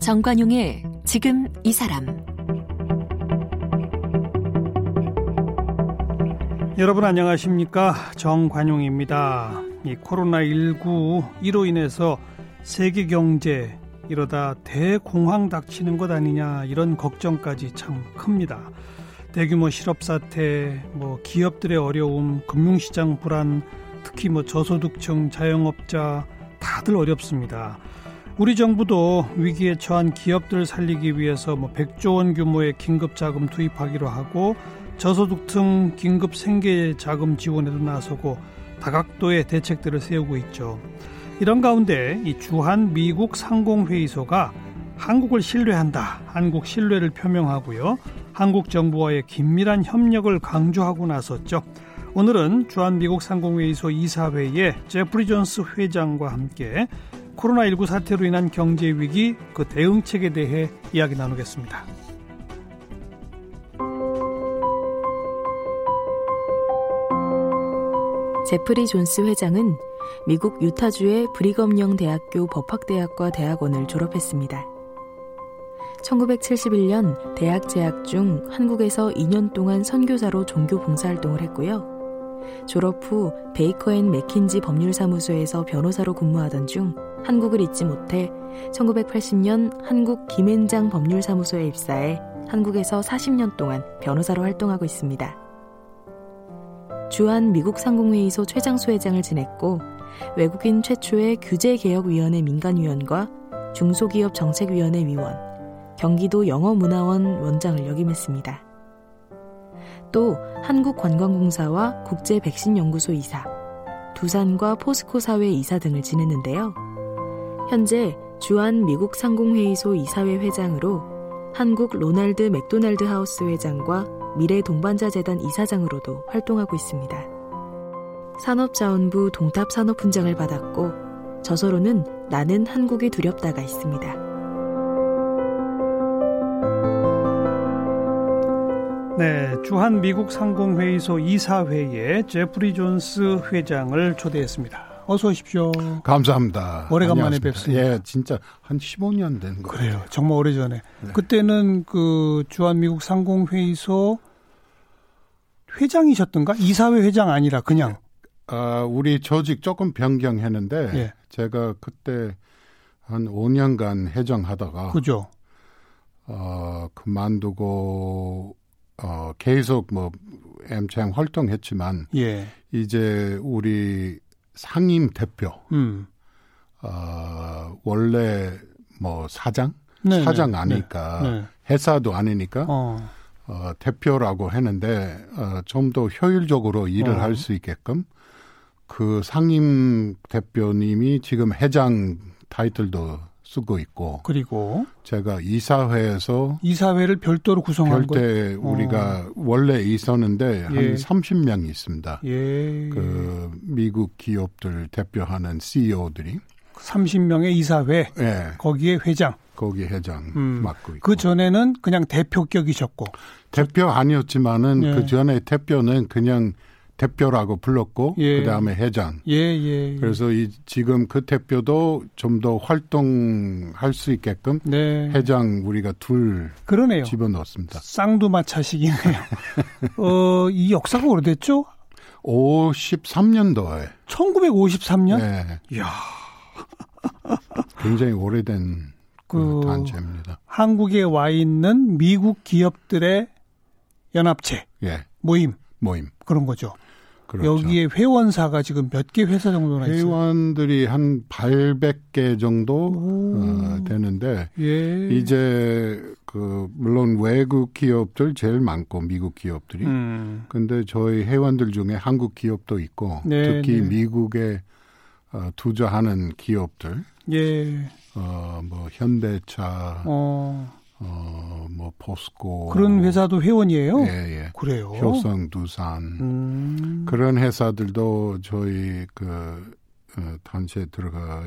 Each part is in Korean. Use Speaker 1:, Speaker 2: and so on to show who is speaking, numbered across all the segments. Speaker 1: 정관용의 지금 이 사람
Speaker 2: 여러분 안녕하십니까 정관용입니다. 이 코로나 19 이로 인해서 세계 경제 이러다 대공황 닥치는 것 아니냐 이런 걱정까지 참 큽니다. 대규모 실업 사태, 뭐 기업들의 어려움, 금융시장 불안, 특히 뭐 저소득층, 자영업자 다들 어렵습니다. 우리 정부도 위기에 처한 기업들을 살리기 위해서 뭐 100조 원 규모의 긴급 자금 투입하기로 하고 저소득층 긴급 생계 자금 지원에도 나서고 다각도의 대책들을 세우고 있죠. 이런 가운데 이 주한 미국 상공회의소가 한국을 신뢰한다, 한국 신뢰를 표명하고요. 한국 정부와의 긴밀한 협력을 강조하고 나섰죠. 오늘은 주한 미국 상공회의소 이사회에 제프리 존스 회장과 함께 코로나19 사태로 인한 경제 위기 그 대응책에 대해 이야기 나누겠습니다.
Speaker 3: 제프리 존스 회장은 미국 유타주의 브리검영 대학교 법학대학과 대학원을 졸업했습니다. 1971년 대학 재학 중 한국에서 2년 동안 선교사로 종교 봉사활동을 했고요. 졸업 후 베이커 앤 맥킨지 법률사무소에서 변호사로 근무하던 중 한국을 잊지 못해 1980년 한국 김앤장 법률사무소에 입사해 한국에서 40년 동안 변호사로 활동하고 있습니다. 주한 미국 상공회의소 최장수 회장을 지냈고 외국인 최초의 규제개혁위원회 민간위원과 중소기업정책위원회 위원, 경기도 영어문화원 원장을 역임했습니다. 또 한국관광공사와 국제백신연구소 이사, 두산과 포스코 사회 이사 등을 지냈는데요. 현재 주한 미국 상공회의소 이사회 회장으로 한국 로날드 맥도날드 하우스 회장과 미래 동반자 재단 이사장으로도 활동하고 있습니다. 산업자원부 동탑 산업훈장을 받았고 저서로는 나는 한국이 두렵다가 있습니다.
Speaker 2: 네, 주한 미국 상공회의소 이사회에 제프리 존스 회장을 초대했습니다. 어서 오십시오.
Speaker 4: 감사합니다.
Speaker 2: 오래간만에 뵙습니다.
Speaker 4: 예, 진짜 한 15년 된 거예요.
Speaker 2: 그래요. 정말 오래전에. 네. 그때는 그 주한 미국 상공회의소 회장이셨던가? 이사회 회장 아니라 그냥.
Speaker 4: 아, 우리 조직 조금 변경했는데
Speaker 2: 예.
Speaker 4: 제가 그때 한 5년간 회장하다가
Speaker 2: 그죠.
Speaker 4: 어, 그만두고 어, 계속 뭐 엠창 활동했지만
Speaker 2: 예.
Speaker 4: 이제 우리 상임 대표
Speaker 2: 음.
Speaker 4: 어, 원래 뭐 사장
Speaker 2: 네네.
Speaker 4: 사장 아니까
Speaker 2: 네. 네.
Speaker 4: 회사도 아니니까 어.
Speaker 2: 어.
Speaker 4: 대표라고 했는데 어, 좀 더 효율적으로 일을
Speaker 2: 어.
Speaker 4: 할 수 있게끔 그 상임 대표님이 지금 회장 타이틀도 쓰고 있고
Speaker 2: 그리고
Speaker 4: 제가 이사회에서
Speaker 2: 이사회를 별도로 구성한 거예요.
Speaker 4: 별때 우리가 원래 있었는데
Speaker 2: 어. 예.
Speaker 4: 한 30명이 있습니다.
Speaker 2: 예.
Speaker 4: 그 미국 기업들 대표하는 CEO들이
Speaker 2: 30명의 이사회
Speaker 4: 예,
Speaker 2: 거기에 회장.
Speaker 4: 거기 회장
Speaker 2: 음.
Speaker 4: 맡고 있고
Speaker 2: 그 전에는 그냥 대표격이셨고.
Speaker 4: 대표 아니었지만은
Speaker 2: 예.
Speaker 4: 그 전에 대표는 그냥 대표라고 불렀고
Speaker 2: 예.
Speaker 4: 그 다음에 회장.
Speaker 2: 예, 예. 예.
Speaker 4: 그래서 이 지금 그 대표도 좀 더 활동할 수 있게끔
Speaker 2: 네.
Speaker 4: 회장 우리가 둘
Speaker 2: 그러네요.
Speaker 4: 집어넣었습니다.
Speaker 2: 쌍두마차식이네요. 어, 이 역사가 오래됐죠?
Speaker 4: 53년도에
Speaker 2: 1953년?
Speaker 4: 예,
Speaker 2: 이야,
Speaker 4: 굉장히 오래된 그
Speaker 2: 그-
Speaker 4: 단체입니다.
Speaker 2: 한국에 와 있는 미국 기업들의 연합체,
Speaker 4: 예,
Speaker 2: 모임,
Speaker 4: 모임.
Speaker 2: 그런 거죠.
Speaker 4: 그렇죠.
Speaker 2: 여기에 회원사가 지금 몇 개 회사 정도나 있어요?
Speaker 4: 회원들이 한 800개 정도
Speaker 2: 오,
Speaker 4: 어, 되는데
Speaker 2: 예.
Speaker 4: 이제 그 물론 외국 기업들 제일 많고 미국 기업들이
Speaker 2: 음,
Speaker 4: 근데 저희 회원들 중에 한국 기업도 있고
Speaker 2: 네,
Speaker 4: 특히
Speaker 2: 네.
Speaker 4: 미국에 어, 투자하는 기업들
Speaker 2: 예,
Speaker 4: 어, 뭐 현대차
Speaker 2: 어,
Speaker 4: 어, 뭐 포스코
Speaker 2: 그런 회사도 회원이에요?
Speaker 4: 예, 예.
Speaker 2: 그래요.
Speaker 4: 효성 두산
Speaker 2: 음,
Speaker 4: 그런 회사들도 저희 그 어, 단체에 들어가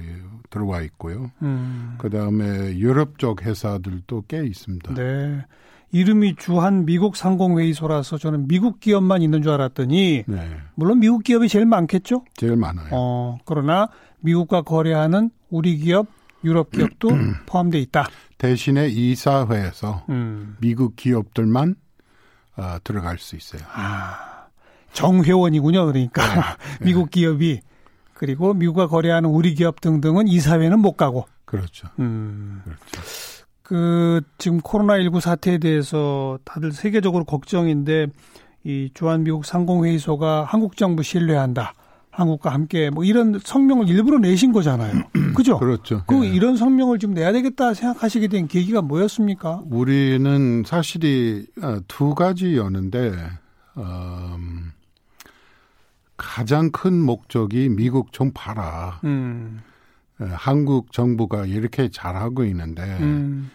Speaker 4: 들어와 있고요.
Speaker 2: 음,
Speaker 4: 그 다음에 유럽 쪽 회사들도 꽤 있습니다.
Speaker 2: 네. 이름이 주한 미국 상공회의소라서 저는 미국 기업만 있는 줄 알았더니
Speaker 4: 네,
Speaker 2: 물론 미국 기업이 제일 많겠죠.
Speaker 4: 제일 많아요.
Speaker 2: 어, 그러나 미국과 거래하는 우리 기업 유럽 기업도
Speaker 4: 음.
Speaker 2: 포함돼 있다.
Speaker 4: 대신에 이사회에서
Speaker 2: 음.
Speaker 4: 미국 기업들만 어, 들어갈 수 있어요.
Speaker 2: 아, 정회원이군요. 그러니까 미국 기업이 그리고 미국과 거래하는 우리 기업 등등은 이사회는 못 가고.
Speaker 4: 그렇죠.
Speaker 2: 음.
Speaker 4: 그렇죠.
Speaker 2: 그 지금 코로나19 사태에 대해서 다들 세계적으로 걱정인데 이 주한 미국 상공 회의소가 한국 정부 신뢰한다. 한국과 함께 뭐 이런 성명을 일부러 내신 거잖아요. 그죠?
Speaker 4: 그렇죠.
Speaker 2: 그
Speaker 4: 예.
Speaker 2: 이런 성명을 좀 내야 되겠다 생각하시게 된 계기가 뭐였습니까?
Speaker 4: 우리는 사실이 어, 두 가지였는데 음, 가장 큰 목적이 미국 좀 봐라.
Speaker 2: 음.
Speaker 4: 예, 한국 정부가 이렇게 잘하고 있는데
Speaker 2: 음.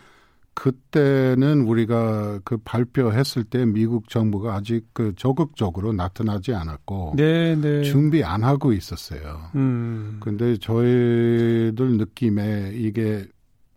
Speaker 4: 그때는 우리가 그 발표했을 때 미국 정부가 아직 그 적극적으로 나타나지 않았고
Speaker 2: 네, 네.
Speaker 4: 준비 안 하고 있었어요.
Speaker 2: 음.
Speaker 4: 근데 저희들 느낌에 이게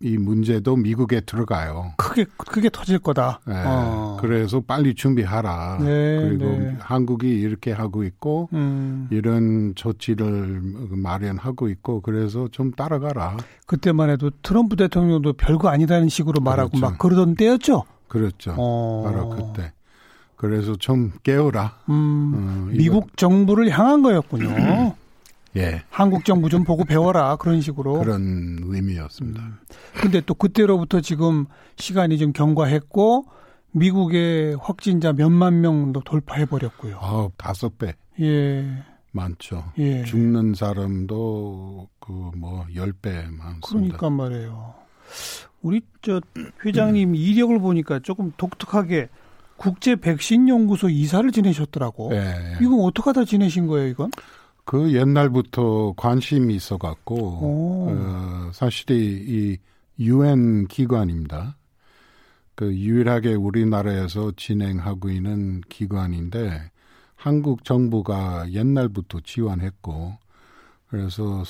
Speaker 4: 이 문제도 미국에 들어가요.
Speaker 2: 크게 크게 터질 거다.
Speaker 4: 예,
Speaker 2: 어.
Speaker 4: 그래서 빨리 준비하라.
Speaker 2: 네,
Speaker 4: 그리고
Speaker 2: 네.
Speaker 4: 한국이 이렇게 하고 있고
Speaker 2: 음.
Speaker 4: 이런 조치를 마련하고 있고 그래서 좀 따라가라.
Speaker 2: 그때만 해도 트럼프 대통령도 별거 아니라는 식으로 말하고
Speaker 4: 그렇죠.
Speaker 2: 막 그러던 때였죠.
Speaker 4: 그렇죠.
Speaker 2: 어.
Speaker 4: 바로 그때. 그래서 좀 깨워라.
Speaker 2: 음.
Speaker 4: 어, 이거-
Speaker 2: 미국 정부를 향한 거였군요.
Speaker 4: 예
Speaker 2: 한국 정부 좀 보고 배워라 그런 식으로.
Speaker 4: 그런 의미였습니다.
Speaker 2: 음. 근데 또 그때로부터 지금 시간이 좀 경과했고 미국의 확진자 몇만 명도 돌파해 버렸고요.
Speaker 4: 아 다섯 배
Speaker 2: 예.
Speaker 4: 많죠.
Speaker 2: 예.
Speaker 4: 죽는 사람도 그 뭐 열 배 많습니다.
Speaker 2: 그러니까 말이에요. 우리 저 회장님
Speaker 4: 음.
Speaker 2: 이력을 보니까 조금 독특하게 국제 백신 연구소 이사를 지내셨더라고.
Speaker 4: 예, 예.
Speaker 2: 이건 어떻게 하다 지내신 거예요, 이건?
Speaker 4: 그 옛날부터 관심이 있어갖고
Speaker 2: 오.
Speaker 4: 어, 사실이 이 유엔 기관입니다. 그 유일하게 우리나라에서 진행하고 있는 기관인데 한국 정부가 옛날부터 지원했고 그래서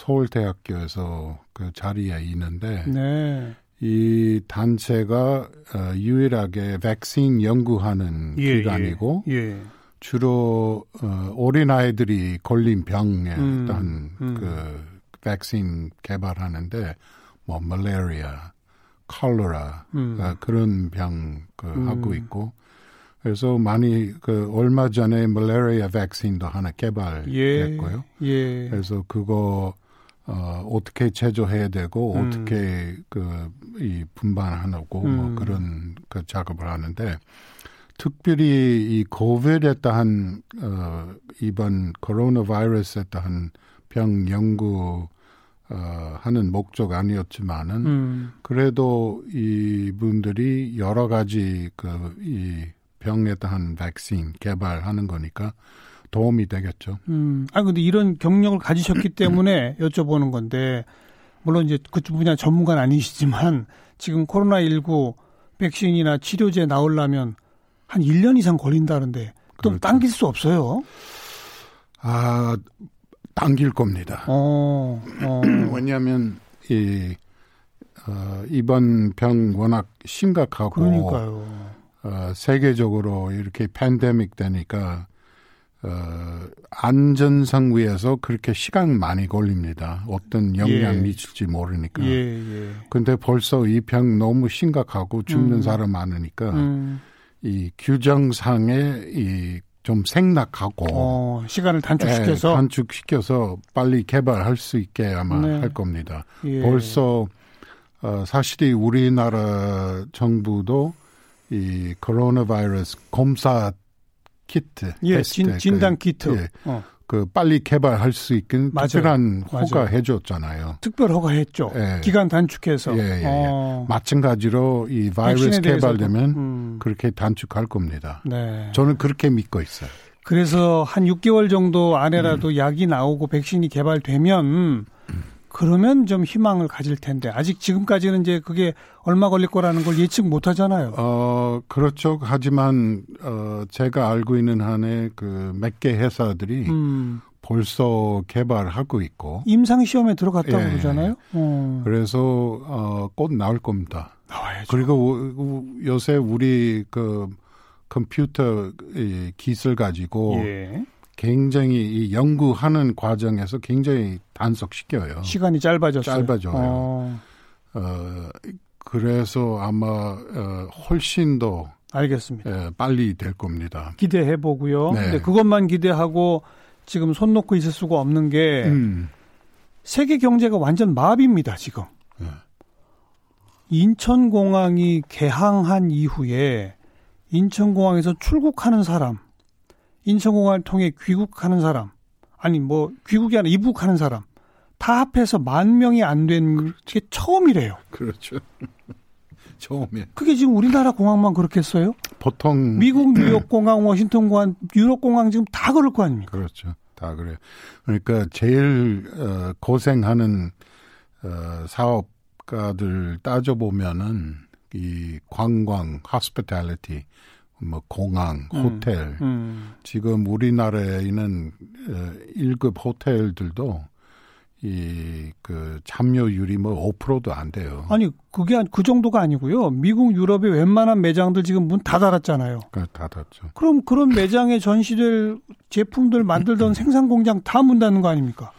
Speaker 4: 서울대학교에서 그 자리에 있는데
Speaker 2: 네.
Speaker 4: 이 단체가 어, 유일하게 백신 연구하는 기관이고
Speaker 2: 예. 예.
Speaker 4: 주로 어, 어린 아이들이 걸린 병에
Speaker 2: 음,
Speaker 4: 일단
Speaker 2: 음.
Speaker 4: 그 백신 개발하는데 뭐 말레리아, 콜레라
Speaker 2: 음.
Speaker 4: 어, 그런 병 그,
Speaker 2: 음.
Speaker 4: 하고 있고 그래서 많이 그 얼마 전에 말레리아 백신도 하나 예, 개발했고요.
Speaker 2: 예.
Speaker 4: 그래서 그거 어, 어떻게 제조해야 되고
Speaker 2: 음.
Speaker 4: 어떻게 그 이 분반하고 뭐
Speaker 2: 음.
Speaker 4: 그런 그 작업을 하는데 특별히 이 고비에 따한 어, 이번 코로나 바이러스에 따한 병 연구 어, 하는 목적 아니었지만은
Speaker 2: 음.
Speaker 4: 그래도 이 분들이 여러 가지 그 이 병에 따한 백신 개발하는 거니까 도움이 되겠죠.
Speaker 2: 음. 아 근데 이런 경력을 가지셨기 때문에 여쭤보는 건데 물론 이제 그쪽 분야 전문가는 아니시지만 지금 코로나 19 백신이나 치료제 나오려면 한 1년 이상 걸린다는데 또
Speaker 4: 그렇죠.
Speaker 2: 당길 수 없어요.
Speaker 4: 아, 당길 겁니다.
Speaker 2: 어. 어.
Speaker 4: 왜냐하면 이 어, 이번 병 워낙 심각하고
Speaker 2: 그러니까요.
Speaker 4: 어, 세계적으로 이렇게 팬데믹 되니까 어, 안전성 위에서 그렇게 시간 많이 걸립니다. 어떤 영향
Speaker 2: 예.
Speaker 4: 미칠지 모르니까.
Speaker 2: 예, 예.
Speaker 4: 근데 벌써 이 병 너무 심각하고 죽는
Speaker 2: 음.
Speaker 4: 사람 많으니까
Speaker 2: 음.
Speaker 4: 이 규정상에 이 좀 생략하고
Speaker 2: 어, 시간을
Speaker 4: 예,
Speaker 2: 단축시켜서
Speaker 4: 단축시켜서 빨리 개발할 수 있게 아마
Speaker 2: 네.
Speaker 4: 할 겁니다.
Speaker 2: 예.
Speaker 4: 벌써 어, 사실이 우리나라 정부도 이 코로나 바이러스 검사 키트,
Speaker 2: 예,
Speaker 4: 테스트
Speaker 2: 진, 진단 키트.
Speaker 4: 그, 예,
Speaker 2: 어,
Speaker 4: 그 빨리 개발할 수 있는
Speaker 2: 맞아요.
Speaker 4: 특별한
Speaker 2: 맞아요.
Speaker 4: 허가해줬잖아요.
Speaker 2: 특별 허가했죠.
Speaker 4: 예.
Speaker 2: 기간 단축해서.
Speaker 4: 예, 예, 예.
Speaker 2: 어,
Speaker 4: 마찬가지로
Speaker 2: 백신에
Speaker 4: 이 바이러스
Speaker 2: 대해서도.
Speaker 4: 개발되면
Speaker 2: 음.
Speaker 4: 그렇게 단축할 겁니다.
Speaker 2: 네.
Speaker 4: 저는 그렇게 믿고 있어요.
Speaker 2: 그래서 한 6개월 정도 안에라도
Speaker 4: 음.
Speaker 2: 약이 나오고 백신이 개발되면 그러면 좀 희망을 가질 텐데 아직 지금까지는 이제 그게 얼마 걸릴 거라는 걸 예측 못 하잖아요.
Speaker 4: 어, 그렇죠. 하지만 어, 제가 알고 있는 한에 그 몇 개 회사들이
Speaker 2: 음,
Speaker 4: 벌써 개발하고 있고
Speaker 2: 임상 시험에 들어갔다고
Speaker 4: 예.
Speaker 2: 그러잖아요. 어,
Speaker 4: 그래서 어, 곧 나올 겁니다.
Speaker 2: 나와야죠.
Speaker 4: 그리고 우- 우- 요새 우리 그 컴퓨터 이 기술 가지고
Speaker 2: 예.
Speaker 4: 굉장히 이 연구하는 과정에서 굉장히 단속시켜요.
Speaker 2: 시간이 짧아졌어요.
Speaker 4: 짧아져요.
Speaker 2: 어,
Speaker 4: 어, 그래서 아마 어, 훨씬 더
Speaker 2: 알겠습니다.
Speaker 4: 예, 빨리 될 겁니다.
Speaker 2: 기대해 보고요.
Speaker 4: 네.
Speaker 2: 근데 그것만 기대하고 지금 손 놓고 있을 수가 없는 게
Speaker 4: 음.
Speaker 2: 세계 경제가 완전 마비입니다, 지금.
Speaker 4: 예.
Speaker 2: 인천공항이 개항한 이후에 인천공항에서 출국하는 사람, 인천공항을 통해 귀국하는 사람, 아니 뭐 귀국이 아니라 이북하는 사람 다 합해서 만 명이 안 된 게 처음이래요.
Speaker 4: 그렇죠. 처음에
Speaker 2: 그게 지금 우리나라 공항만 그렇겠어요?
Speaker 4: 음. 보통
Speaker 2: 미국 뉴욕 공항, 워싱턴 공항, 유럽 공항 지금 다 그럴 거 아닙니까?
Speaker 4: 그렇죠. 다 그래요. 그러니까 제일 어, 고생하는 어, 사업가들 따져보면은 이 관광, hospitality, 뭐 공항,
Speaker 2: 음.
Speaker 4: 호텔.
Speaker 2: 음.
Speaker 4: 지금 우리나라에 있는 어, 1급 호텔들도 이 그 참여율이 뭐 5%도 안 돼요.
Speaker 2: 아니 그게 아니- 그 정도가 아니고요. 미국 유럽의 웬만한 매장들 지금 문 다 닫았잖아요.
Speaker 4: 그러니까 닫았죠.
Speaker 2: 그럼 그런 매장에 전시될 제품들 만들던 생산 공장 다 문 닫는 거 아닙니까?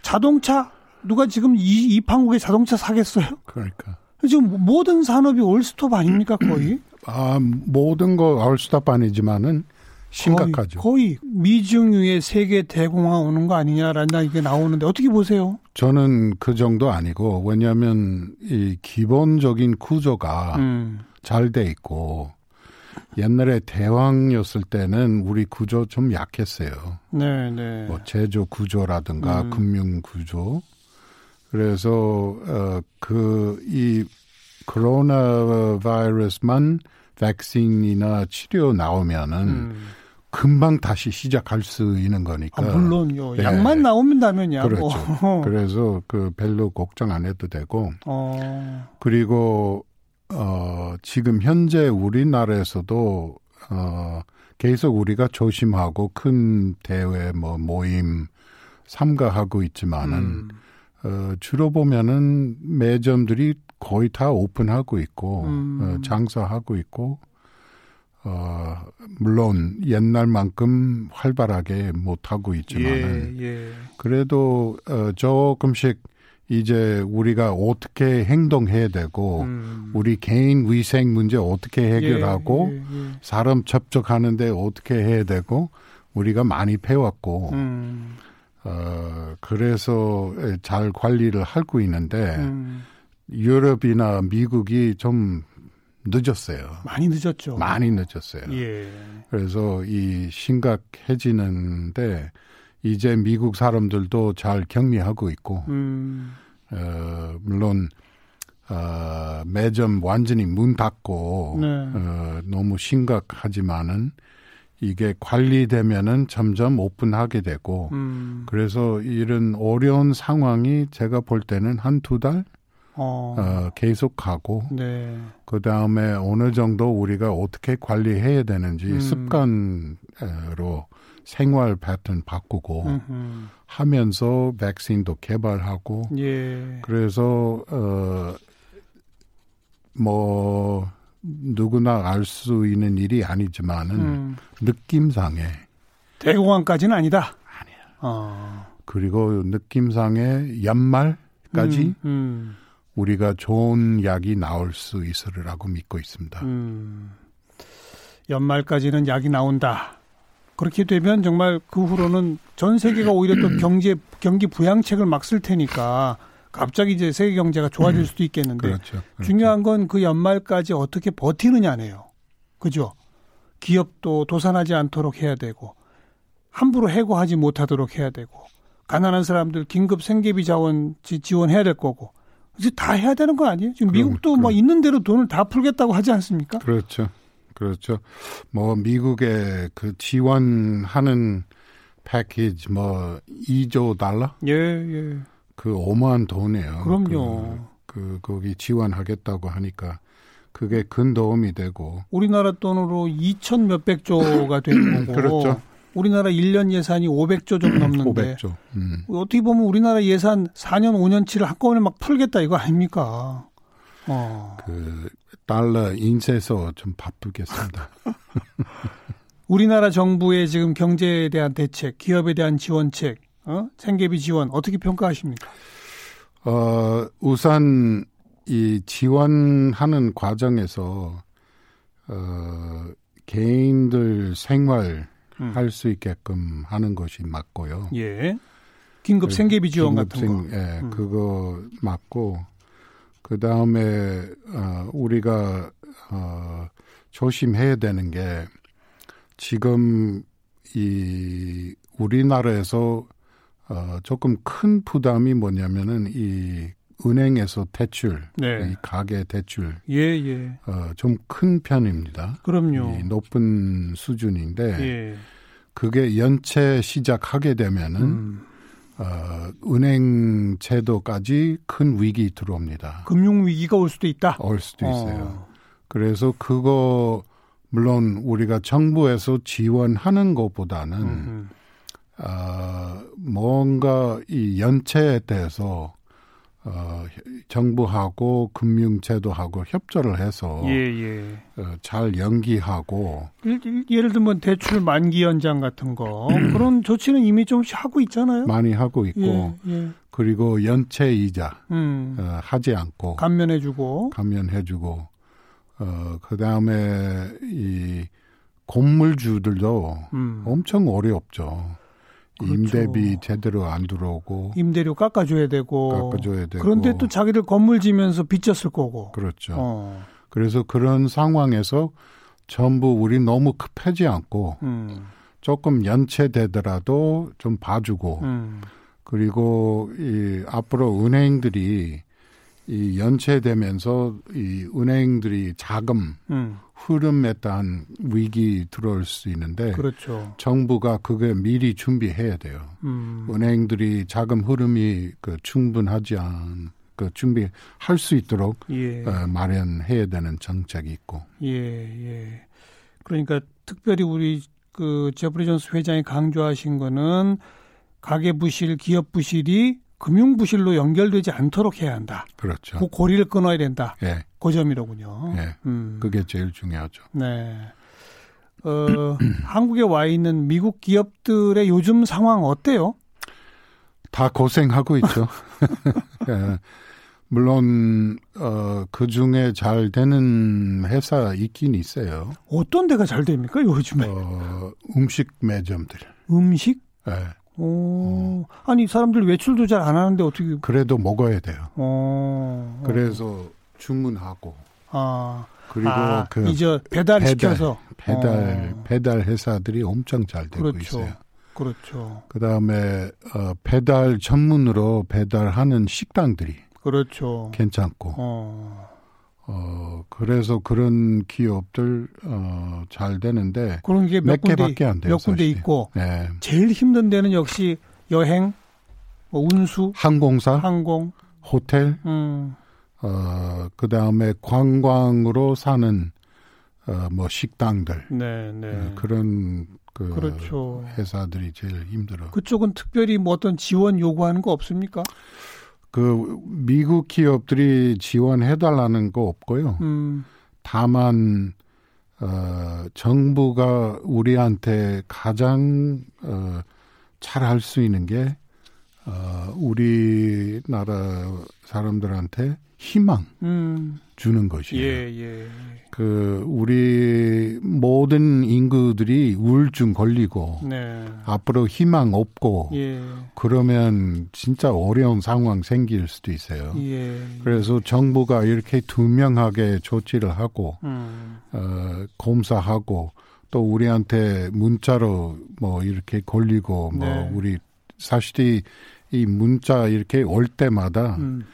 Speaker 2: 자동차 누가 지금 이, 이 판국에 자동차 사겠어요?
Speaker 4: 그러니까
Speaker 2: 지금 모든 산업이 올스톱 아닙니까 거의?
Speaker 4: 아 모든 거 아울스탑 아니지만은 심각하죠.
Speaker 2: 거의, 거의 미중유의 세계 대공황 오는 거 아니냐라는 이게 나오는데 어떻게 보세요?
Speaker 4: 저는 그 정도 아니고 왜냐하면 이 기본적인 구조가
Speaker 2: 음.
Speaker 4: 잘 돼 있고 옛날에 대왕이었을 때는 우리 구조 좀 약했어요.
Speaker 2: 네, 네.
Speaker 4: 뭐 제조 구조라든가
Speaker 2: 음.
Speaker 4: 금융 구조. 그래서 어, 그이 코로나 바이러스만 백신이나 치료 나오면은
Speaker 2: 음.
Speaker 4: 금방 다시 시작할 수 있는
Speaker 2: 아,
Speaker 4: 거니까.
Speaker 2: 물론요.
Speaker 4: 네.
Speaker 2: 약만 나오면다면야.
Speaker 4: 그렇죠.
Speaker 2: 어.
Speaker 4: 그래서 그 별로 걱정 안 해도 되고
Speaker 2: 어.
Speaker 4: 그리고 어 지금 현재 우리나라에서도 어 계속 우리가 조심하고 큰 대회 뭐 모임 삼가하고 있지만은
Speaker 2: 음.
Speaker 4: 어 주로 보면은 매점들이 거의 다 오픈하고 있고
Speaker 2: 음.
Speaker 4: 어, 장사하고 있고 어 물론 옛날만큼 활발하게 못 하고 있지만은
Speaker 2: 예, 예.
Speaker 4: 그래도 어, 조금씩 이제 우리가 어떻게 행동해야 되고
Speaker 2: 음.
Speaker 4: 뭐 우리 개인 위생 문제 어떻게 해결하고
Speaker 2: 예, 예, 예.
Speaker 4: 사람 접촉하는데 어떻게 해야 되고 우리가 많이 배웠고
Speaker 2: 음.
Speaker 4: 어, 그래서 잘 관리를 하고 있는데
Speaker 2: 음.
Speaker 4: 유럽이나 미국이 좀 늦었어요.
Speaker 2: 많이 늦었죠.
Speaker 4: 많이 늦었어요.
Speaker 2: 예.
Speaker 4: 그래서 이 심각해지는데 이제 미국 사람들도 잘 격리하고 있고
Speaker 2: 음.
Speaker 4: 어, 물론 어, 매점 완전히 문 닫고
Speaker 2: 네.
Speaker 4: 어, 너무 심각하지만은 이게 관리되면은 점점 오픈하게 되고
Speaker 2: 음.
Speaker 4: 그래서 이런 어려운 상황이 제가 볼 때는 한 두 달
Speaker 2: 어.
Speaker 4: 어, 계속 가고
Speaker 2: 네.
Speaker 4: 그 다음에 어느 정도 우리가 어떻게 관리해야 되는지
Speaker 2: 음.
Speaker 4: 습관으로 생활 패턴 바꾸고
Speaker 2: 음.
Speaker 4: 하면서 백신도 개발하고
Speaker 2: 예.
Speaker 4: 그래서 어, 뭐 누구나 알 수 있는 일이 아니지만은
Speaker 2: 음.
Speaker 4: 느낌상에
Speaker 2: 대공황까지는 아니다. 아니야. 어.
Speaker 4: 그리고 느낌상에 연말까지
Speaker 2: 음.
Speaker 4: 우리가 좋은 약이 나올 수 있으리라고 믿고 있습니다.
Speaker 2: 음. 음. 연말까지는 약이 나온다. 그렇게 되면 정말 그 후로는 전 세계가 오히려 또 경제 경기 부양책을 막 쓸 테니까 갑자기 이제 세계 경제가
Speaker 4: 음.
Speaker 2: 좋아질 수도 있겠는데
Speaker 4: 그렇죠. 그렇죠.
Speaker 2: 네. 중요한 건 그 연말까지 어떻게 버티느냐네요. 그죠? 기업도 도산하지 않도록 해야 되고, 함부로 해고하지 못하도록 해야 되고, 가난한 사람들 긴급 생계비 자원 지- 지원해야 될 거고, 이제 다 해야 되는 거 아니에요? 지금
Speaker 4: 그럼,
Speaker 2: 미국도 뭐
Speaker 4: 그럼.
Speaker 2: 있는 대로 돈을 다 풀겠다고 하지 않습니까?
Speaker 4: 그렇죠. 그렇죠. 뭐 미국의 그 지원하는 패키지 뭐 2조 달러
Speaker 2: 예, 예.
Speaker 4: 그 어마한 돈이에요.
Speaker 2: 아, 그럼요.
Speaker 4: 그, 그 거기 지원하겠다고 하니까 그게 큰 도움이 되고
Speaker 2: 우리나라 돈으로 2천 몇백 조가 되는 거고,
Speaker 4: 그렇죠.
Speaker 2: 우리나라 1년 예산이 500조 좀 넘는데,
Speaker 4: 500조. 음.
Speaker 2: 뭐 어떻게 보면 우리나라 예산 4년 5년치를 한꺼번에 막 풀겠다 이거 아닙니까? 어.
Speaker 4: 그 달러 인쇄서 좀 바쁘겠습니다.
Speaker 2: 우리나라 정부의 지금 경제에 대한 대책, 기업에 대한 지원책, 어? 생계비 지원 어떻게 평가하십니까?
Speaker 4: 어, 우선 이 지원하는 과정에서 어, 개인들 생활
Speaker 2: 음.
Speaker 4: 할 수 있게끔 하는 것이 맞고요.
Speaker 2: 예. 긴급 생계비 지원 같은 거.
Speaker 4: 네, 긴급생- 예,
Speaker 2: 음.
Speaker 4: 그거 맞고 그 다음에 어, 우리가 어, 조심해야 되는 게 지금 이 우리나라에서 어, 조금 큰 부담이 뭐냐면은 이 은행에서 대출,
Speaker 2: 네.
Speaker 4: 이 가계 대출
Speaker 2: 예, 예.
Speaker 4: 어, 좀 큰 편입니다.
Speaker 2: 그럼요.
Speaker 4: 이 높은 수준인데
Speaker 2: 예.
Speaker 4: 그게 연체 시작하게 되면은
Speaker 2: 음.
Speaker 4: 어, 은행 제도까지 큰 위기 들어옵니다.
Speaker 2: 금융 위기가 올 수도 있다.
Speaker 4: 올 수도 있어요.
Speaker 2: 어.
Speaker 4: 그래서 그거 물론 우리가 정부에서 지원하는 것보다는
Speaker 2: 음.
Speaker 4: 어, 뭔가 이 연체에 대해서 어, 정부하고 금융제도하고 협조를 해서
Speaker 2: 예, 예.
Speaker 4: 어, 잘 연기하고
Speaker 2: 일- 일- 예를 들면 대출 만기 연장 같은 거 그런 조치는 이미 좀씩 하고 있잖아요.
Speaker 4: 많이 하고 있고
Speaker 2: 예, 예.
Speaker 4: 그리고 연체 이자
Speaker 2: 음.
Speaker 4: 어, 하지 않고
Speaker 2: 감면해주고.
Speaker 4: 감면해주고 어 그다음에 이 건물주들도
Speaker 2: 음.
Speaker 4: 엄청 어렵죠.
Speaker 2: 그렇죠.
Speaker 4: 임대비 제대로 안 들어오고
Speaker 2: 임대료 깎아줘야 되고.
Speaker 4: 깎아줘야 되고
Speaker 2: 어, 그런데 또 자기들 건물 지면서 빚졌을 거고.
Speaker 4: 그렇죠.
Speaker 2: 어.
Speaker 4: 그래서 그런 상황에서 전부 우리 너무 급하지 않고
Speaker 2: 음.
Speaker 4: 조금 연체되더라도 좀 봐주고
Speaker 2: 음.
Speaker 4: 그리고 이 앞으로 은행들이 이 연체되면서 이 은행들이 자금
Speaker 2: 음.
Speaker 4: 흐름에 따른 위기 들어올 수 있는데
Speaker 2: 그렇죠.
Speaker 4: 정부가 그게 미리 준비해야 돼요. 어.
Speaker 2: 음.
Speaker 4: 은행들이 자금 흐름이 그 충분하지 않, 그 준비할 수 있도록
Speaker 2: 예.
Speaker 4: 어, 마련해야 되는 정책이 있고.
Speaker 2: 예, 예. 그러니까 특별히 우리 그 제프리 존스 회장이 강조하신 거는 가계 부실, 기업 부실이 금융 부실로 연결되지 않도록 해야 한다.
Speaker 4: 그렇죠.
Speaker 2: 그 고리를 끊어야 된다.
Speaker 4: 예,
Speaker 2: 그 점이로군요.
Speaker 4: 예.
Speaker 2: 음.
Speaker 4: 그게 제일 중요하죠.
Speaker 2: 네. 어, 한국에 와 있는 미국 기업들의 요즘 상황 어때요?
Speaker 4: 다 고생하고 있죠. 예. 물론, 어, 그 중에 잘 되는 회사 있긴 있어요.
Speaker 2: 어떤 데가 잘 됩니까, 요즘에?
Speaker 4: 어, 음식 매점들.
Speaker 2: 음식?
Speaker 4: 예. 음.
Speaker 2: 오. 아니, 사람들 외출도 잘 안 하는데 어떻게,
Speaker 4: 그래도 먹어야 돼요.
Speaker 2: 어.
Speaker 4: 그래서 주문하고
Speaker 2: 아.
Speaker 4: 그리고
Speaker 2: 아,
Speaker 4: 그
Speaker 2: 이제 배달
Speaker 4: 배달.
Speaker 2: 시켜서
Speaker 4: 배달
Speaker 2: 어.
Speaker 4: 배달 회사들이 엄청 잘 되고
Speaker 2: 그렇죠.
Speaker 4: 있어요.
Speaker 2: 그렇죠.
Speaker 4: 그다음에 어, 배달 전문으로 배달하는 식당들이
Speaker 2: 그렇죠.
Speaker 4: 괜찮고
Speaker 2: 어.
Speaker 4: 어 그래서 그런 기업들 어, 잘 되는데
Speaker 2: 그런 게 몇
Speaker 4: 몇
Speaker 2: 군데
Speaker 4: 개밖에 안 돼요.
Speaker 2: 몇 군데
Speaker 4: 사실.
Speaker 2: 있고
Speaker 4: 네.
Speaker 2: 제일 힘든 데는 역시 여행 뭐 운수,
Speaker 4: 항공사,
Speaker 2: 항공.
Speaker 4: 호텔,
Speaker 2: 음.
Speaker 4: 어 그다음에 관광으로 사는 어, 뭐 식당들
Speaker 2: 네, 네.
Speaker 4: 어, 그런 그
Speaker 2: 그렇죠.
Speaker 4: 회사들이 제일 힘들어.
Speaker 2: 그쪽은 특별히 뭐 어떤 지원 요구하는 거 없습니까?
Speaker 4: 그 미국 기업들이 지원해달라는 거 없고요.
Speaker 2: 음.
Speaker 4: 다만 어, 정부가 우리한테 가장 어, 잘할 수 있는 게 어, 우리나라 사람들한테 희망
Speaker 2: 음.
Speaker 4: 주는
Speaker 2: 예,
Speaker 4: 것이에요.
Speaker 2: 예.
Speaker 4: 그 우리 모든 인구들이 우울증 걸리고
Speaker 2: 네.
Speaker 4: 앞으로 희망 없고
Speaker 2: 예.
Speaker 4: 그러면 진짜 어려운 상황 생길 수도 있어요.
Speaker 2: 예.
Speaker 4: 그래서 정부가 이렇게 투명하게 조치를 하고
Speaker 2: 음.
Speaker 4: 어, 검사하고 또 우리한테 문자로 뭐 이렇게 걸리고 뭐
Speaker 2: 네.
Speaker 4: 우리 사실 이 문자 이렇게 올 때마다
Speaker 2: 음.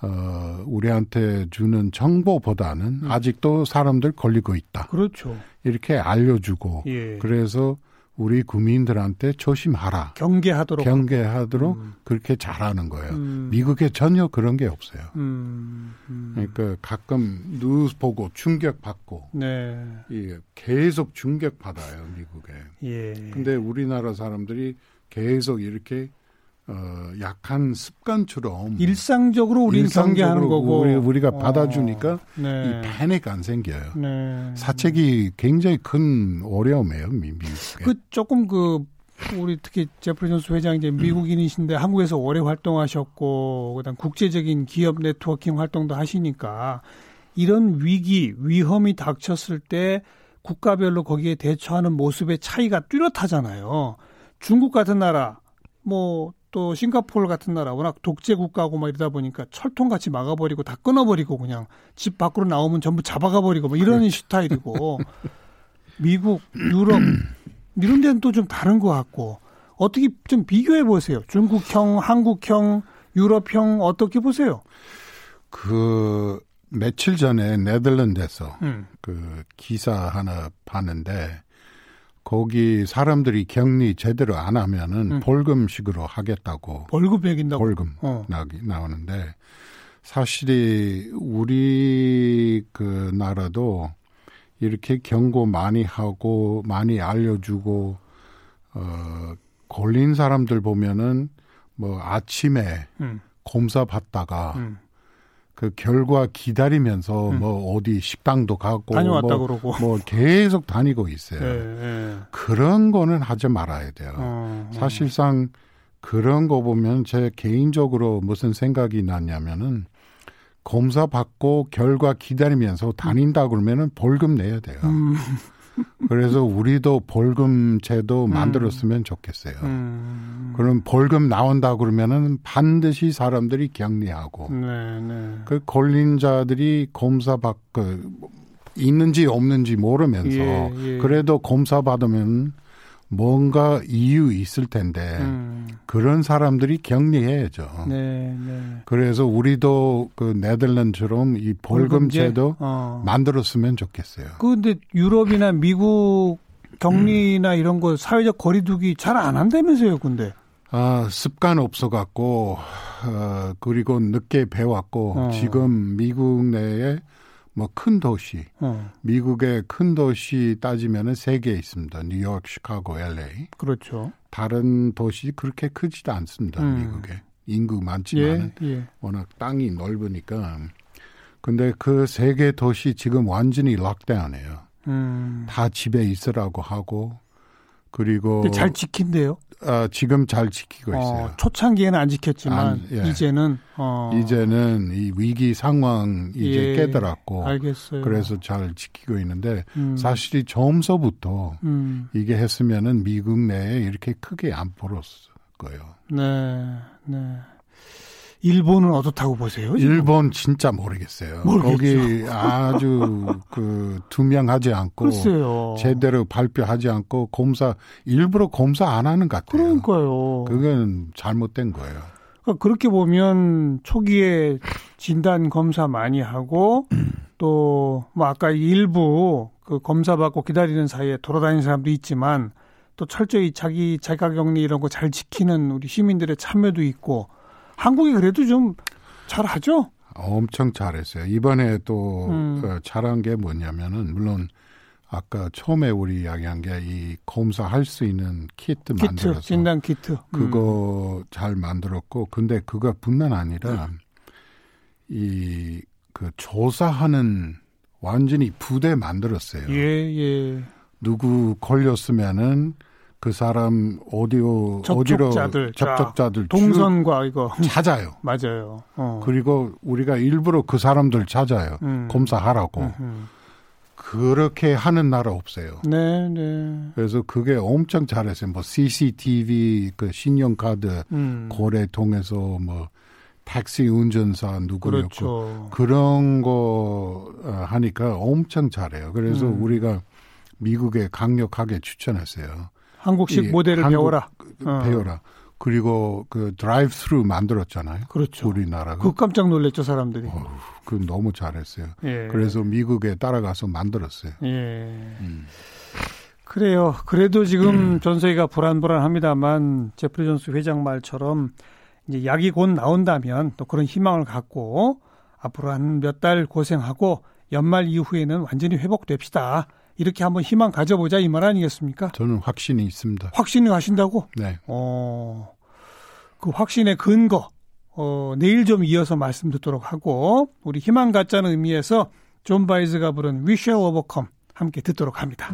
Speaker 4: 어, 우리한테 주는 정보보다는
Speaker 2: 음.
Speaker 4: 아직도 사람들 걸리고 있다
Speaker 2: 그렇죠.
Speaker 4: 이렇게 알려주고
Speaker 2: 예.
Speaker 4: 그래서 우리 국민들한테 조심하라
Speaker 2: 경계하도록
Speaker 4: 경계하도록
Speaker 2: 음.
Speaker 4: 그렇게 잘하는 거예요.
Speaker 2: 음.
Speaker 4: 미국에 전혀 그런 게 없어요.
Speaker 2: 음, 음.
Speaker 4: 그러니까 가끔 뉴스 보고 충격 받고
Speaker 2: 네.
Speaker 4: 이 계속 충격 받아요 미국에.
Speaker 2: 예.
Speaker 4: 근데 우리나라 사람들이 계속 이렇게 어, 약한 습관처럼
Speaker 2: 일상적으로 우리는
Speaker 4: 일상적으로
Speaker 2: 경계하는 거고
Speaker 4: 우리, 우리가
Speaker 2: 어,
Speaker 4: 받아주니까
Speaker 2: 네.
Speaker 4: 이 패닉 안 생겨요.
Speaker 2: 네.
Speaker 4: 사책이 굉장히 큰 어려움이에요 미- 미국에.
Speaker 2: 그 조금 그 우리 특히 제프리 존스 회장 이제 미국인이신데 한국에서 오래 활동하셨고 그다음 국제적인 기업 네트워킹 활동도 하시니까 이런 위기 위험이 닥쳤을 때 국가별로 거기에 대처하는 모습의 차이가 뚜렷하잖아요. 중국 같은 나라 뭐 또 싱가포르 같은 나라 워낙 독재 국가고 막 이러다 보니까 철통같이 막아버리고 다 끊어버리고 그냥 집 밖으로 나오면 전부 잡아가버리고 뭐 이런 스타일이고 미국 유럽 이런 데는 또 좀 다른 것 같고 어떻게 좀 비교해 보세요. 중국형, 한국형, 유럽형 어떻게 보세요?
Speaker 4: 그 며칠 전에 네덜란드에서
Speaker 2: 음.
Speaker 4: 그 기사 하나 봤는데 거기 사람들이 격리 제대로 안 하면은
Speaker 2: 음.
Speaker 4: 벌금식으로 하겠다고
Speaker 2: 월급 매긴다고.
Speaker 4: 벌금
Speaker 2: 어.
Speaker 4: 나기 나오는데 사실이 우리 그 나라도 이렇게 경고 많이 하고 많이 알려주고 어 걸린 사람들 보면은 뭐 아침에
Speaker 2: 음,
Speaker 4: 검사 받다가
Speaker 2: 음.
Speaker 4: 그 결과 기다리면서
Speaker 2: 음.
Speaker 4: 뭐 어디 식당도 가고
Speaker 2: 다녀왔다
Speaker 4: 뭐,
Speaker 2: 그러고.
Speaker 4: 뭐 계속 다니고 있어요.
Speaker 2: 예, 예.
Speaker 4: 그런 거는 하지 말아야 돼요.
Speaker 2: 어, 어.
Speaker 4: 사실상 그런 거 보면 제 개인적으로 무슨 생각이 났냐면은 검사 받고 결과 기다리면서 다닌다 그러면은 벌금 내야 돼요.
Speaker 2: 음,
Speaker 4: 그래서 우리도 벌금 제도
Speaker 2: 음.
Speaker 4: 만들었으면 좋겠어요.
Speaker 2: 음.
Speaker 4: 그럼 벌금 나온다 그러면은 반드시 사람들이 격리하고
Speaker 2: 네, 네.
Speaker 4: 그 걸린 자들이 검사 받고 그 있는지 없는지 모르면서
Speaker 2: 예, 예.
Speaker 4: 그래도 검사 받으면 뭔가 이유 있을 텐데
Speaker 2: 음.
Speaker 4: 네. 그런 사람들이 격리해야죠.
Speaker 2: 네, 네.
Speaker 4: 그래서 우리도 그 네덜란드처럼 이 벌금제도
Speaker 2: 어. 그
Speaker 4: 만들었으면 좋겠어요.
Speaker 2: 근데 유럽이나 미국
Speaker 4: 음.
Speaker 2: 격리나 이런 거 사회적 거리두기 잘 안 한다면서요, 근데.
Speaker 4: 아, 습관 없어갖고, 어, 그리고 늦게 배웠고,
Speaker 2: 어.
Speaker 4: 지금 미국 내에 뭐 큰 도시,
Speaker 2: 어.
Speaker 4: 미국의 큰 도시 따지면은 세 개 있습니다. 뉴욕, 시카고, LA.
Speaker 2: 그렇죠.
Speaker 4: 다른 도시 그렇게 크지도 않습니다.
Speaker 2: 음.
Speaker 4: 미국에. 인구 많지만
Speaker 2: 예, 예.
Speaker 4: 워낙 땅이 넓으니까. 근데 그 세 개 도시 지금 완전히 락다운이에요.
Speaker 2: 음.
Speaker 4: 다 집에 있으라고 하고 그리고
Speaker 2: 근데 잘 지킨대요.
Speaker 4: 아, 지금 잘 지키고 있어요.
Speaker 2: 어, 초창기에는 안 지켰지만
Speaker 4: 안, 예.
Speaker 2: 이제는 어,
Speaker 4: 이제는 이 위기 상황 이제
Speaker 2: 예,
Speaker 4: 깨달았고
Speaker 2: 알겠어요.
Speaker 4: 그래서 잘 지키고 있는데
Speaker 2: 음,
Speaker 4: 사실이 처음서부터
Speaker 2: 음,
Speaker 4: 이게 했으면은 미국 내에 이렇게 크게 안 벌었을 거예요.
Speaker 2: 네, 네. 일본은 어떻다고 보세요? 지금?
Speaker 4: 일본 진짜 모르겠어요.
Speaker 2: 모르겠죠.
Speaker 4: 거기 아주 그 투명하지 않고
Speaker 2: 글쎄요.
Speaker 4: 제대로 발표하지 않고 검사 일부러 검사 안 하는 것 같아요.
Speaker 2: 그러니까요.
Speaker 4: 그건 잘못된 거예요.
Speaker 2: 그러니까 그렇게 보면 초기에 진단 검사 많이 하고 또 뭐 아까 일부 그 검사 받고 기다리는 사이에 돌아다니는 사람도 있지만 또 철저히 자기 자가격리 이런 거 잘 지키는 우리 시민들의 참여도 있고 한국이 그래도 좀 잘하죠.
Speaker 4: 엄청 잘했어요. 이번에 또
Speaker 2: 음.
Speaker 4: 어, 잘한 게 뭐냐면은 물론 아까 처음에 우리 이야기한 게 이 검사할 수 있는 키트
Speaker 2: 키트
Speaker 4: 만들어서
Speaker 2: 진단 키트 음.
Speaker 4: 그거 잘 만들었고 근데 그거뿐만 아니라
Speaker 2: 네.
Speaker 4: 이 그 조사하는 완전히 부대 만들었어요.
Speaker 2: 예 예.
Speaker 4: 누구 걸렸으면은 그 사람 어디로 어디로
Speaker 2: 접촉자들, 자,
Speaker 4: 접촉자들
Speaker 2: 동선과 이거
Speaker 4: 쭉 찾아요.
Speaker 2: 맞아요. 어.
Speaker 4: 그리고 우리가 일부러 그 사람들 찾아요.
Speaker 2: 음.
Speaker 4: 검사하라고.
Speaker 2: 음흠.
Speaker 4: 그렇게 하는 나라 없어요.
Speaker 2: 네 네.
Speaker 4: 그래서 그게 엄청 잘했어요. 뭐 CCTV 그 신용카드
Speaker 2: 음.
Speaker 4: 거래 통해서 뭐 택시 운전사 누구였고
Speaker 2: 그렇죠.
Speaker 4: 그런 거 어, 하니까 엄청 잘해요. 그래서
Speaker 2: 음.
Speaker 4: 우리가 미국에 강력하게 추천했어요.
Speaker 2: 한국식
Speaker 4: 이
Speaker 2: 모델을
Speaker 4: 예, 한국- 그,
Speaker 2: 배워라. 어.
Speaker 4: 배워라. 그리고 그 드라이브 스루 만들었잖아요.
Speaker 2: 그렇죠.
Speaker 4: 우리나라가
Speaker 2: 그 깜짝 놀랐죠 사람들이.
Speaker 4: 어우, 그 너무 잘했어요.
Speaker 2: 예.
Speaker 4: 그래서 미국에 따라가서 만들었어요.
Speaker 2: 예.
Speaker 4: 음.
Speaker 2: 그래요. 그래도 지금 전세계가 불안불안합니다만 제프리 존스 회장 말처럼 이제 약이 곧 나온다면 또 그런 희망을 갖고 앞으로 한 몇 달 고생하고 연말 이후에는 완전히 회복됩시다. 이렇게 한번 희망 가져보자 이 말 아니겠습니까?
Speaker 4: 저는 확신이 있습니다.
Speaker 2: 확신을 하신다고?
Speaker 4: 네.
Speaker 2: 어, 그 확신의 근거, 어, 내일 좀 이어서 말씀 듣도록 하고, 우리 희망 갖자는 의미에서 존 바이즈가 부른 We Shall Overcome 함께 듣도록 합니다.